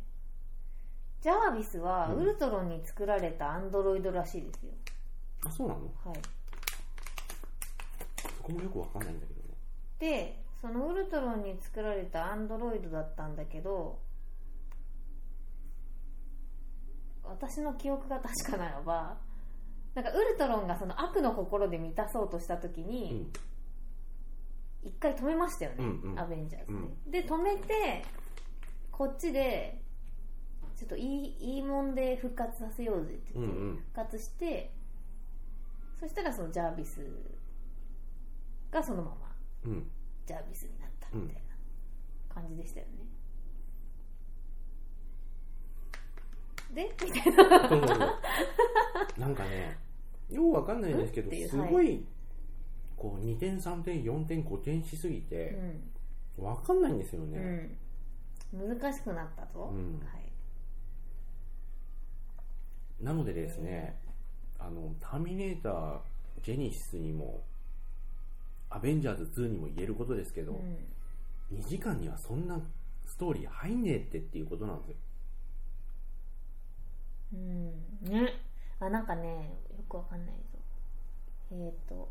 Speaker 2: ジャービスは
Speaker 1: うん
Speaker 2: ウルトロンに作られたアンドロイドらしいですよ、
Speaker 1: うあそうなの
Speaker 2: はい
Speaker 1: そこもよくわかんないんだけどね
Speaker 2: でそのウルトロンに作られたアンドロイドだったんだけど私の記憶が確かならばなんかウルトロンがその悪の心で満たそうとした時
Speaker 1: う
Speaker 2: に
Speaker 1: ん
Speaker 2: 一回止めましたよね、
Speaker 1: うんうん
Speaker 2: アベンジャーズで、で止めてこっちでちょっといいいいもんで復活させようぜって言って、
Speaker 1: うんうん
Speaker 2: 復活してそしたらそのジャービスがそのまま
Speaker 1: うん
Speaker 2: ジャービスになったみたいな感じでしたよね、でみたいな
Speaker 1: そうそうそうなんかねようわかんないんですけ
Speaker 2: うんっ
Speaker 1: ど
Speaker 2: ていう
Speaker 1: すごいこう2点3点4点5点しすぎてわかんないんですよ
Speaker 2: うん、
Speaker 1: ね、
Speaker 2: うん、難しくなったと、
Speaker 1: うん
Speaker 2: はい
Speaker 1: なのでですねあの「ターミネータージェニシス」にも「アベンジャーズ2」にも言えることですけ
Speaker 2: う
Speaker 1: ど、
Speaker 2: ん、
Speaker 1: 2時間にはそんなストーリー入んねえってっていうことなんですよ
Speaker 2: うん、ねあなんかねよくわかんないぞえっ、と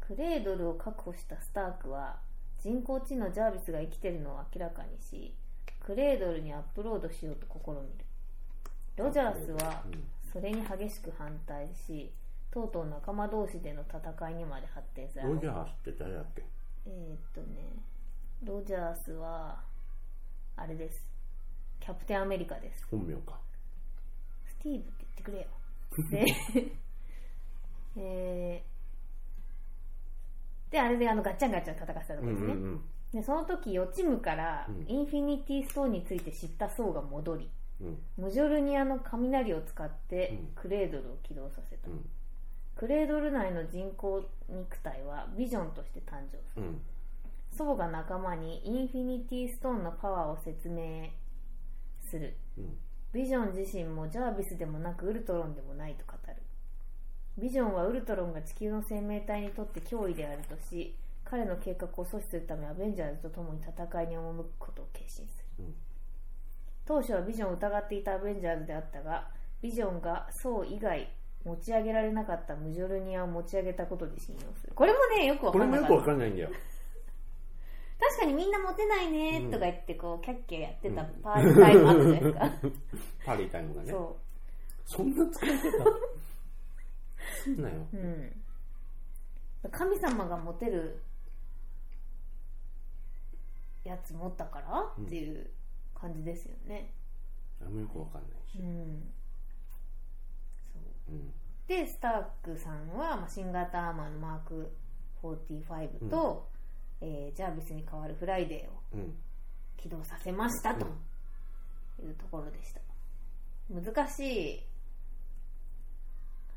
Speaker 2: クレードルを確保したスタークは人工知能ジャービスが生きてるのを明らかにしクレードルにアップロードしようと試みるロジャースは
Speaker 1: うん
Speaker 2: それに激しく反対しとうとう仲間同士での戦いにまで発展する
Speaker 1: ロジャースって誰だっけ
Speaker 2: えーっとねロジャースはあれですキャプテンアメリカです
Speaker 1: 本名か
Speaker 2: スティーブって 言ってくれよ。で、えーで、あれであのガッチャンガッチャン戦ってたとこ
Speaker 1: うん
Speaker 2: ですね。
Speaker 1: うんうん
Speaker 2: で、その時、予知夢から
Speaker 1: うん
Speaker 2: インフィニティストーンについて知った層が戻り、
Speaker 1: うん
Speaker 2: ムジョルニアの雷を使って
Speaker 1: うん
Speaker 2: クレードルを起動させた。
Speaker 1: うん
Speaker 2: クレードル内の人工肉体はビジョンとして誕生す
Speaker 1: う
Speaker 2: る。
Speaker 1: ん
Speaker 2: 祖母が仲間にインフィニティストーンのパワーを説明する。
Speaker 1: うん
Speaker 2: ビジョン自身もジャービスでもなくウルトロンでもないと語るビジョンはウルトロンが地球の生命体にとって脅威であるとし彼の計画を阻止するためアベンジャーズと共に戦いに赴くことを決心する
Speaker 1: うん
Speaker 2: 当初はビジョンを疑っていたアベンジャーズであったがビジョンが層以外持ち上げられなかったムジョルニアを持ち上げたことで信用するこれもねよくわ
Speaker 1: こ
Speaker 2: か
Speaker 1: れ
Speaker 2: ん
Speaker 1: もよ
Speaker 2: なかっ
Speaker 1: く
Speaker 2: た
Speaker 1: わかんないんだよ
Speaker 2: 確かにみんなモテないね
Speaker 1: うん
Speaker 2: とか言ってこうキャッキャやってた
Speaker 1: うん
Speaker 2: パーティータイムあったじゃないですか、
Speaker 1: パリータイムがね
Speaker 2: そう
Speaker 1: そんな使い方すんなよ。
Speaker 2: うん、神様がモテるやつ持ったから
Speaker 1: うん
Speaker 2: っていう感じですよね。
Speaker 1: あれもよくわかんないし
Speaker 2: う、んそう
Speaker 1: うん
Speaker 2: でスタークさんは、まあ、新型アーマーのマーク45と、えージャービスに代わるフライデーを
Speaker 1: うん
Speaker 2: 起動させましたというところでした難しい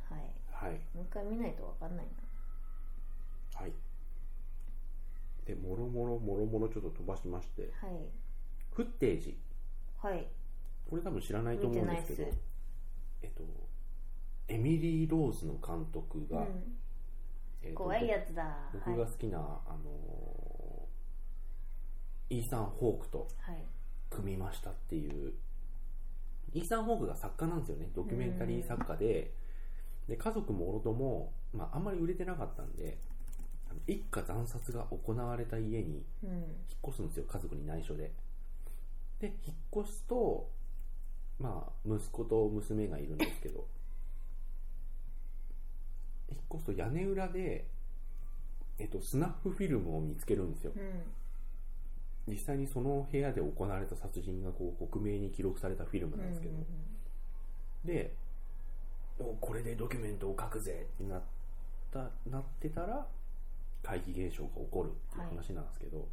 Speaker 2: はい
Speaker 1: はい
Speaker 2: もう一回見ないと分かんないな
Speaker 1: はいでもろもろもろもろちょっと飛ばしまして
Speaker 2: はい
Speaker 1: フッテージ
Speaker 2: はい
Speaker 1: これ多分知らないと思うんですけ
Speaker 2: 見てな
Speaker 1: ど
Speaker 2: いっす
Speaker 1: えっとエミリー・ローズの監督
Speaker 2: う
Speaker 1: が、
Speaker 2: ん、
Speaker 1: えっと
Speaker 2: 怖いやつだは
Speaker 1: 僕
Speaker 2: い
Speaker 1: 僕が好きな、あのーイーサン・ホークと
Speaker 2: はい
Speaker 1: 組みましたっていうイーサン・ホークが作家なんですよねドキュメンタリー作家でで家族もろとも、まあ、あんまり売れてなかったんであの一家惨殺が行われた家に
Speaker 2: うん
Speaker 1: 引っ越すんですよ家族に内緒でで引っ越すとまあ息子と娘がいるんですけど引っ越すと屋根裏で、えっと、スナップフィルムを見つけるんですよ
Speaker 2: うん
Speaker 1: 実際にその部屋で行われた殺人がこう克明に記録されたフィルム
Speaker 2: う
Speaker 1: なんですけど、でおこれでドキュメントを書くぜってなったなってたら怪奇現象が起こるっていう話なんですけど、も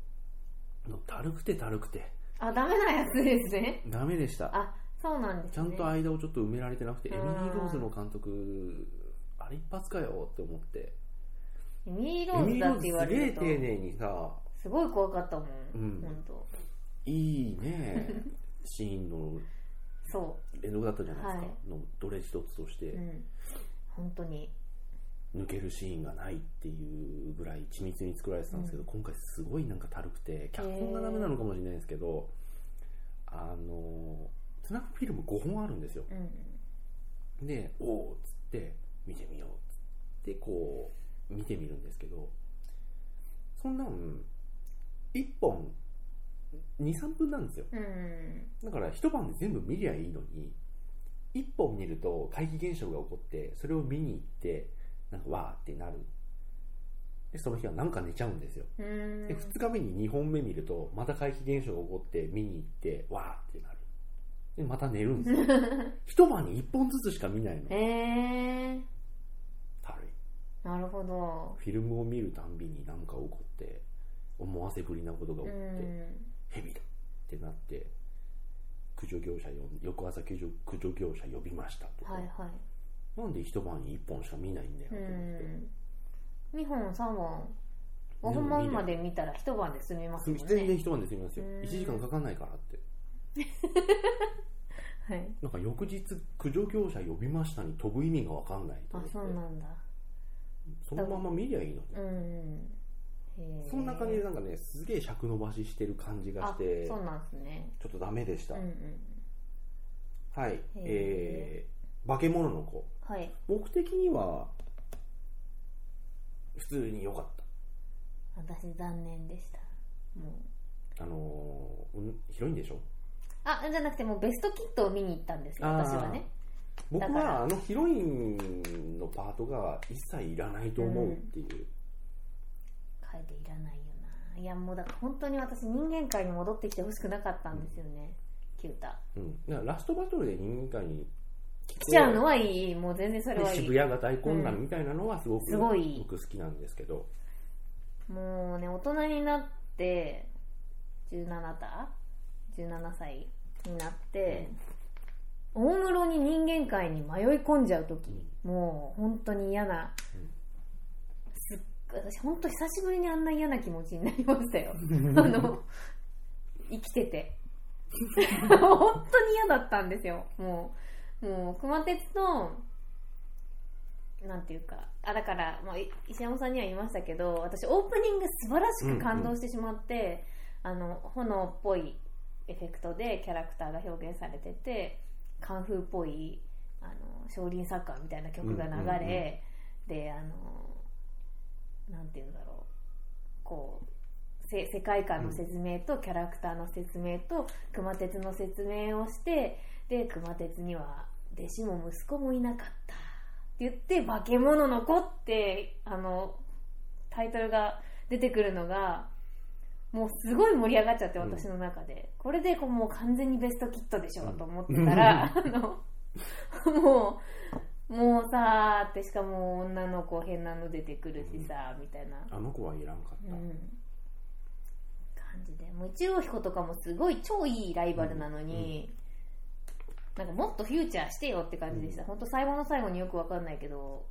Speaker 1: うだるくてだるくて
Speaker 2: あダメなやつですね
Speaker 1: ダメでした
Speaker 2: あそうなんですね
Speaker 1: ちゃんと間をちょっと埋められてなくてエ
Speaker 2: あ
Speaker 1: ミ
Speaker 2: ー
Speaker 1: リー・ローズの監督あれ一発かよって思って
Speaker 2: エミーロ
Speaker 1: エ
Speaker 2: ー
Speaker 1: ミ
Speaker 2: ズ
Speaker 1: リー・
Speaker 2: だ
Speaker 1: ロー
Speaker 2: って
Speaker 1: ズす
Speaker 2: 言わ
Speaker 1: げ
Speaker 2: れ
Speaker 1: え
Speaker 2: ると
Speaker 1: 丁寧にさ
Speaker 2: すごい怖かったもん、
Speaker 1: うん
Speaker 2: 本当
Speaker 1: いい ねシーンの
Speaker 2: そ
Speaker 1: 連続だったじゃないですか、
Speaker 2: は
Speaker 1: のどれ一つとして、
Speaker 2: う、うん、本当に
Speaker 1: 抜けるシーンがないっていうぐらい緻密に作られてたんですけど、
Speaker 2: う
Speaker 1: 今回すごいなんかたるくて脚本がダメなのかもしれないですけどあのスナップフィルム5本あるんですよ
Speaker 2: うん
Speaker 1: でおおっつって見てみようっつってこう見てみるんですけどそんなん1本23分なんですよ
Speaker 2: うん
Speaker 1: だから一晩で全部見りゃいいのに一本見ると怪奇現象が起こってそれを見に行ってなんかわーってなるでその日はなんか寝ちゃうんですよ
Speaker 2: うん
Speaker 1: で2日目に2本目見るとまた怪奇現象が起こって見に行ってわーってなるでまた寝るんです よ一晩に1本ずつしか見ないの
Speaker 2: ええ
Speaker 1: たるい
Speaker 2: ー、なるほど
Speaker 1: フィルムを見るたんびになんか起こって思わせぶりなことが
Speaker 2: う
Speaker 1: 起こって、
Speaker 2: ん
Speaker 1: ヘビだってなって駆除業者よ翌朝駆除駆除業者呼びましたとか、
Speaker 2: はいは
Speaker 1: なんで一晩に1本しか見ないんだよ
Speaker 2: い
Speaker 1: と
Speaker 2: う
Speaker 1: 思って、
Speaker 2: ん2本3本5本まで見たら一晩で済みますもん
Speaker 1: 全然
Speaker 2: ね
Speaker 1: 一晩で済みますよ、
Speaker 2: うん
Speaker 1: 1時間かかんないからって
Speaker 2: はい
Speaker 1: なんか翌日駆除業者呼びましたに飛ぶ意味が分かんないと
Speaker 2: あ
Speaker 1: 思って
Speaker 2: そうなんだ
Speaker 1: そのまま見りゃいいのに、
Speaker 2: うんへー
Speaker 1: そんな感じでなんかねすげえ尺伸ばししてる感じが
Speaker 2: あ
Speaker 1: してち
Speaker 2: そう
Speaker 1: ょ
Speaker 2: なんですね
Speaker 1: っとダメでした、
Speaker 2: うんうん
Speaker 1: はいえー、化け物の子
Speaker 2: はい
Speaker 1: 僕的には普通に良かった
Speaker 2: 私残念でしたもう
Speaker 1: あのー、うん広いんでしょ
Speaker 2: あじゃなくてもうベストキットを見に行ったんですよ
Speaker 1: あー
Speaker 2: 私はね
Speaker 1: 僕
Speaker 2: だから
Speaker 1: はあのヒロインのパートが一切いらないと思うっていう、
Speaker 2: 変えていらないよないやもうだから本当に私人間界に戻ってきてほしくなかったんですよね、キュータ
Speaker 1: うんだからラストバトルで人間界に来
Speaker 2: 来ちゃうのはいいもう全然それ
Speaker 1: で
Speaker 2: はいい
Speaker 1: 渋谷が大混乱みたいなのはすごく、
Speaker 2: うんすごい
Speaker 1: 僕好きなんですけど
Speaker 2: もうね大人になって17た17歳になって、大室に人間界に迷い込んじゃう時、もう本当に嫌な、
Speaker 1: うん
Speaker 2: すっごい私本当久しぶりにあんな嫌な気持ちになりましたよ あの生きてて 本当に嫌だったんですよもうもう熊徹となんていうかあだから、まあ、い石山さんには言いましたけど私オープニング素晴らしく感動してしまって、あの炎っぽいエフェクトでキャラクターが表現されててカンフーっぽいあの少林サッカーみたいな曲が流れ、
Speaker 1: うんうんうん
Speaker 2: であのなんていうんだろうこうせ世界観の説明とキャラクターの説明と熊徹の説明をしてで熊徹には弟子も息子もいなかったって言って「化け物の子」ってあのタイトルが出てくるのがもうすごい盛り上がっちゃって
Speaker 1: うん
Speaker 2: 私の中で、これでこうもう完全にベストキットでしょと思ってたら、 あのもうもうさーってしかも女の子変なの出てくるしさーみたいな、
Speaker 1: あの子はいらんかっ
Speaker 2: うん、
Speaker 1: た、
Speaker 2: 感じでもう一郎彦とかもすごい超いいライバルなのに、なんかもっとフューチャーしてよって感じでした、
Speaker 1: うん
Speaker 2: ほんと最後の最後によくわかんないけど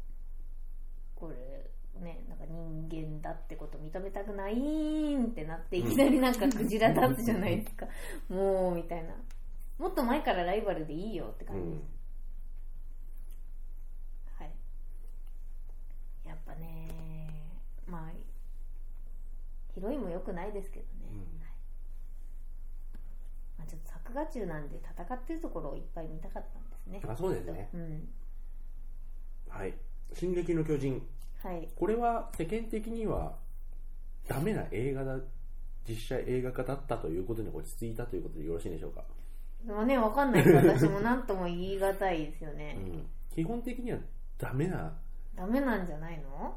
Speaker 2: これねなんか人間だってこと認めたくないーんってなっていきなりなんかクジラ立つじゃないですか、もうみたいなもっと前からライバルでいいよって感
Speaker 1: う
Speaker 2: じでした
Speaker 1: ん、
Speaker 2: はい、やっぱねまあヒロインも良くないですけどね、
Speaker 1: うん
Speaker 2: はいまあ、ちょっと作画中なんで戦ってるところをいっぱい見たかったんですね
Speaker 1: あそうですね
Speaker 2: うん
Speaker 1: はい「進撃の巨人
Speaker 2: はい」
Speaker 1: これは世間的にはダメな映画だ実写映画化だったということに落ち着いたということでよろしいでしょうか、
Speaker 2: まあね分かんないです私も何とも言い難いですよね
Speaker 1: う、ん、基本的にはダメな
Speaker 2: ダメなんじゃないの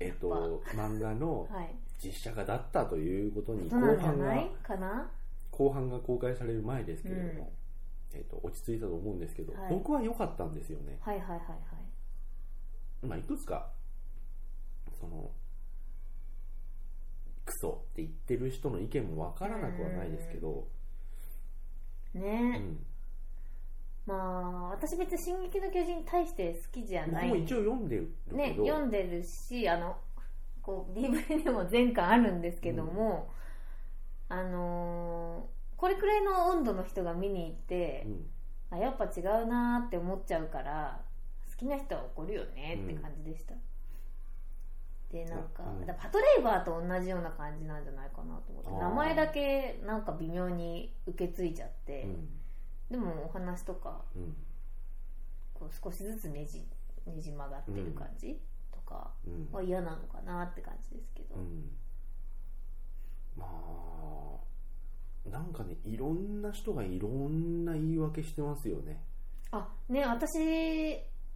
Speaker 1: えっと、漫画の
Speaker 2: はい
Speaker 1: 実写化だったということに
Speaker 2: そ
Speaker 1: 後
Speaker 2: うなんじゃ
Speaker 1: 半
Speaker 2: な
Speaker 1: が
Speaker 2: いかな
Speaker 1: 後半が公開される前ですけれども、えっと、落ち着いたと思うんですけど、
Speaker 2: はい
Speaker 1: 僕は良かったんですよね
Speaker 2: はいはいはいはい
Speaker 1: まあいくつかそのクソって言ってる人の意見もわからなくはないですけど、う
Speaker 2: ね、
Speaker 1: ん、
Speaker 2: まあ私別に「進撃の巨人」に対して好きじゃ
Speaker 1: 僕
Speaker 2: ない
Speaker 1: も一応読んでるけ
Speaker 2: ね、
Speaker 1: ど、
Speaker 2: 読んでるしあのこう DVD でも全巻あるんですけども、あのーこれくらいの温度の人が見に行って
Speaker 1: う、ん
Speaker 2: あやっぱ違うなーって思っちゃうから好きな人は怒るよねって感じでした、でなんか,、
Speaker 1: うん
Speaker 2: パトレイバーと同じような感じなんじゃないかなと思って
Speaker 1: あー
Speaker 2: 名前だけなんか微妙に受け継いじゃって
Speaker 1: う、ん
Speaker 2: でもお話とか
Speaker 1: うん
Speaker 2: こう少しずつねじねじ曲がってる感じ、とか
Speaker 1: うん
Speaker 2: は嫌なのかなって感じですけど、
Speaker 1: うんまあなんかねいろんな人がいろんな言い訳してますよね
Speaker 2: あね私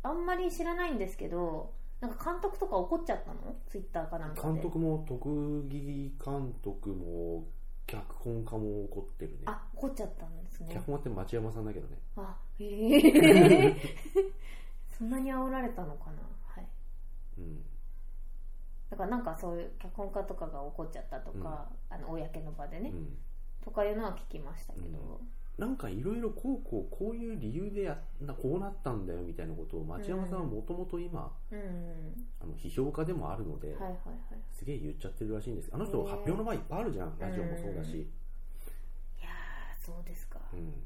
Speaker 2: あんまり知らないんですけどなんか監督とか怒っちゃったのツイッターかなんかで
Speaker 1: 監督も特技監督も脚本家も怒ってるね
Speaker 2: あ怒っちゃったんですね
Speaker 1: 脚本家って町山さんだけどね
Speaker 2: あへ えそんなに煽られたのかなはい
Speaker 1: うん
Speaker 2: だからなんかそういう脚本家とかが怒っちゃったとか、あの公の場でね、
Speaker 1: うん
Speaker 2: とかいうのは聞きましたけど、
Speaker 1: なんかいろいろこうこうこういう理由でやなこうなったんだよみたいなことを町山さんはもともと今、
Speaker 2: うん、
Speaker 1: あの批評家でもあるので、
Speaker 2: はいはいはい
Speaker 1: すげえ言っちゃってるらしいんですあの人
Speaker 2: へえ
Speaker 1: 発表の場いっぱいあるじゃんラジオもそうだし、
Speaker 2: いやーそうですか
Speaker 1: うん、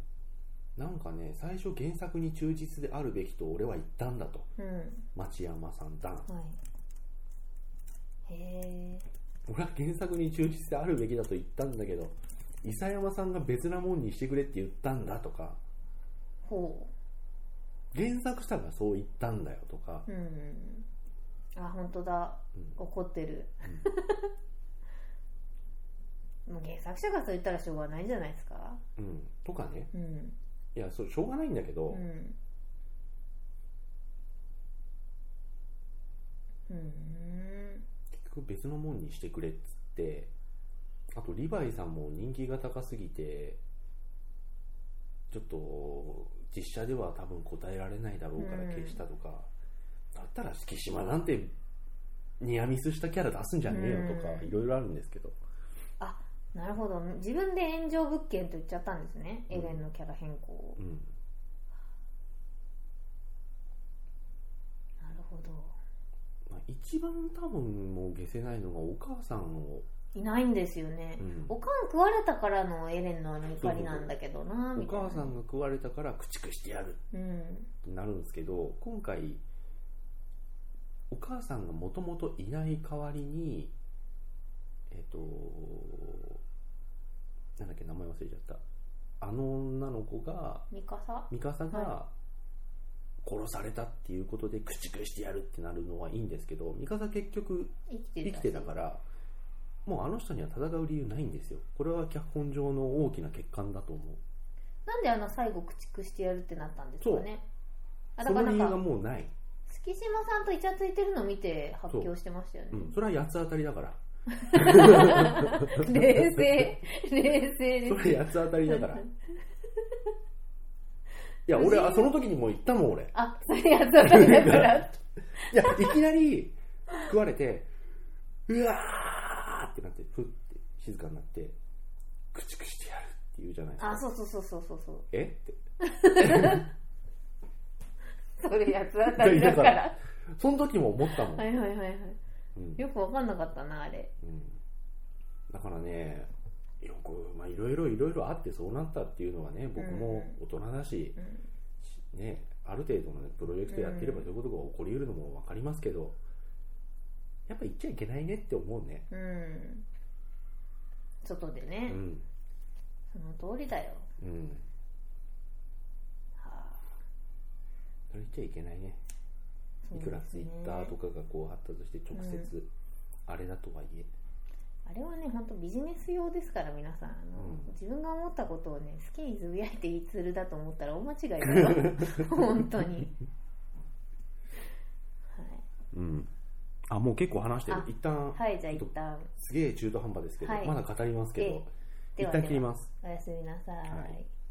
Speaker 1: なんかね最初原作に忠実であるべきと俺は言ったんだと
Speaker 2: うん、
Speaker 1: 町山さんだ
Speaker 2: はいへえ
Speaker 1: 俺は原作に忠実であるべきだと言ったんだけど伊佐山さんが別なもんにしてくれって言ったんだとか
Speaker 2: ほ
Speaker 1: 原作者がそう言ったんだよとか、
Speaker 2: ううんあ本当だ
Speaker 1: うん
Speaker 2: 怒ってる もう原作者がそう言ったらしょうがないんじゃないですか
Speaker 1: うんうんとかね
Speaker 2: うん
Speaker 1: いやそれしょうがないんだけど、
Speaker 2: うんうん
Speaker 1: 結局別のもんにしてくれっつってあとリヴァイさんも人気が高すぎてちょっと実写では多分答えられないだろうから
Speaker 2: うん
Speaker 1: 消したとか、だったら月島なんてニアミスしたキャラ出すんじゃねえよとか
Speaker 2: うん
Speaker 1: いろいろあるんですけど、
Speaker 2: なるほど自分で炎上物件と言っちゃったんですね
Speaker 1: うん
Speaker 2: エレンのキャラ変更を、
Speaker 1: うん、
Speaker 2: なるほど
Speaker 1: まあ、一番多分もう消せないのがお母さんを、
Speaker 2: いないんですよね
Speaker 1: う、ん
Speaker 2: おかん食われたからのエレンの怒りなんだけどな
Speaker 1: お
Speaker 2: みたいな
Speaker 1: 母さんが食われたから駆逐してやる
Speaker 2: うん
Speaker 1: なるんですけど今回お母さんがもともといない代わりにえっとなんだっけ名前忘れちゃったあの女の子が
Speaker 2: ミカサ
Speaker 1: ミカサが
Speaker 2: は
Speaker 1: 殺されたっていうことで駆逐してやるってなるのはいいんですけどミカサ結局
Speaker 2: 生きて
Speaker 1: 生
Speaker 2: た
Speaker 1: きてたからもうあの人には戦う理由ないんですよこれは脚本上の大きな欠陥だと思う
Speaker 2: なんであの最後駆逐してやるってなったんですかねあ
Speaker 1: そ
Speaker 2: だか
Speaker 1: の
Speaker 2: ら
Speaker 1: 理由
Speaker 2: なん
Speaker 1: が
Speaker 2: か
Speaker 1: もうない、
Speaker 2: 月島さんとイチャついてるの見て発狂してましたよね、
Speaker 1: うん、それは八つ当たりだから
Speaker 2: 冷静 冷静です
Speaker 1: それ八つ当たりだ から。いや、俺、あその時にもう言ったもん、俺。
Speaker 2: あそれやつ当たりだから
Speaker 1: いや、いきなり食われて、うわーってなって、ふって静かになって、駆逐してやるって言うじゃないですか。
Speaker 2: あそうそうそうそうそうそう
Speaker 1: えって。
Speaker 2: それやつ当たりだ から
Speaker 1: その時も思ったもん。
Speaker 2: はいはいはいはい
Speaker 1: うん
Speaker 2: よくわかんなかったなあれ
Speaker 1: うんだからね、よく、まあ、いろいろいろいろあってそうなったっていうのはね、僕も大人だし、
Speaker 2: うん
Speaker 1: ね、ある程度の、ね、プロジェクトやってれば
Speaker 2: うん
Speaker 1: そういうことが起こりうるのも分かりますけど、やっぱ言っちゃいけないねって思うね。
Speaker 2: うん外で
Speaker 1: う
Speaker 2: ね、
Speaker 1: ん。
Speaker 2: その通りだよ
Speaker 1: うん。
Speaker 2: はあ
Speaker 1: それ言っちゃいけないね。
Speaker 2: そう
Speaker 1: い
Speaker 2: です
Speaker 1: く
Speaker 2: ね
Speaker 1: らツイッターとかがこうあったとして、直
Speaker 2: う
Speaker 1: 接、あれだとはいえ。
Speaker 2: あれはね本当ビジネス用ですから皆さんあの、
Speaker 1: うん
Speaker 2: 自分が思ったことをね好きにつぶやいていいツールだと思ったら大間違いだよ本当 に、
Speaker 1: うん。あ、もう結構話してる
Speaker 2: あ。
Speaker 1: 一旦、
Speaker 2: はい、はい、じゃあ一旦
Speaker 1: すげえ中途半端ですけど、
Speaker 2: はい
Speaker 1: まだ語りますけ
Speaker 2: え
Speaker 1: ど、
Speaker 2: えで
Speaker 1: 一
Speaker 2: は
Speaker 1: 旦切り
Speaker 2: では
Speaker 1: ます。
Speaker 2: おやすみなさ
Speaker 1: はいい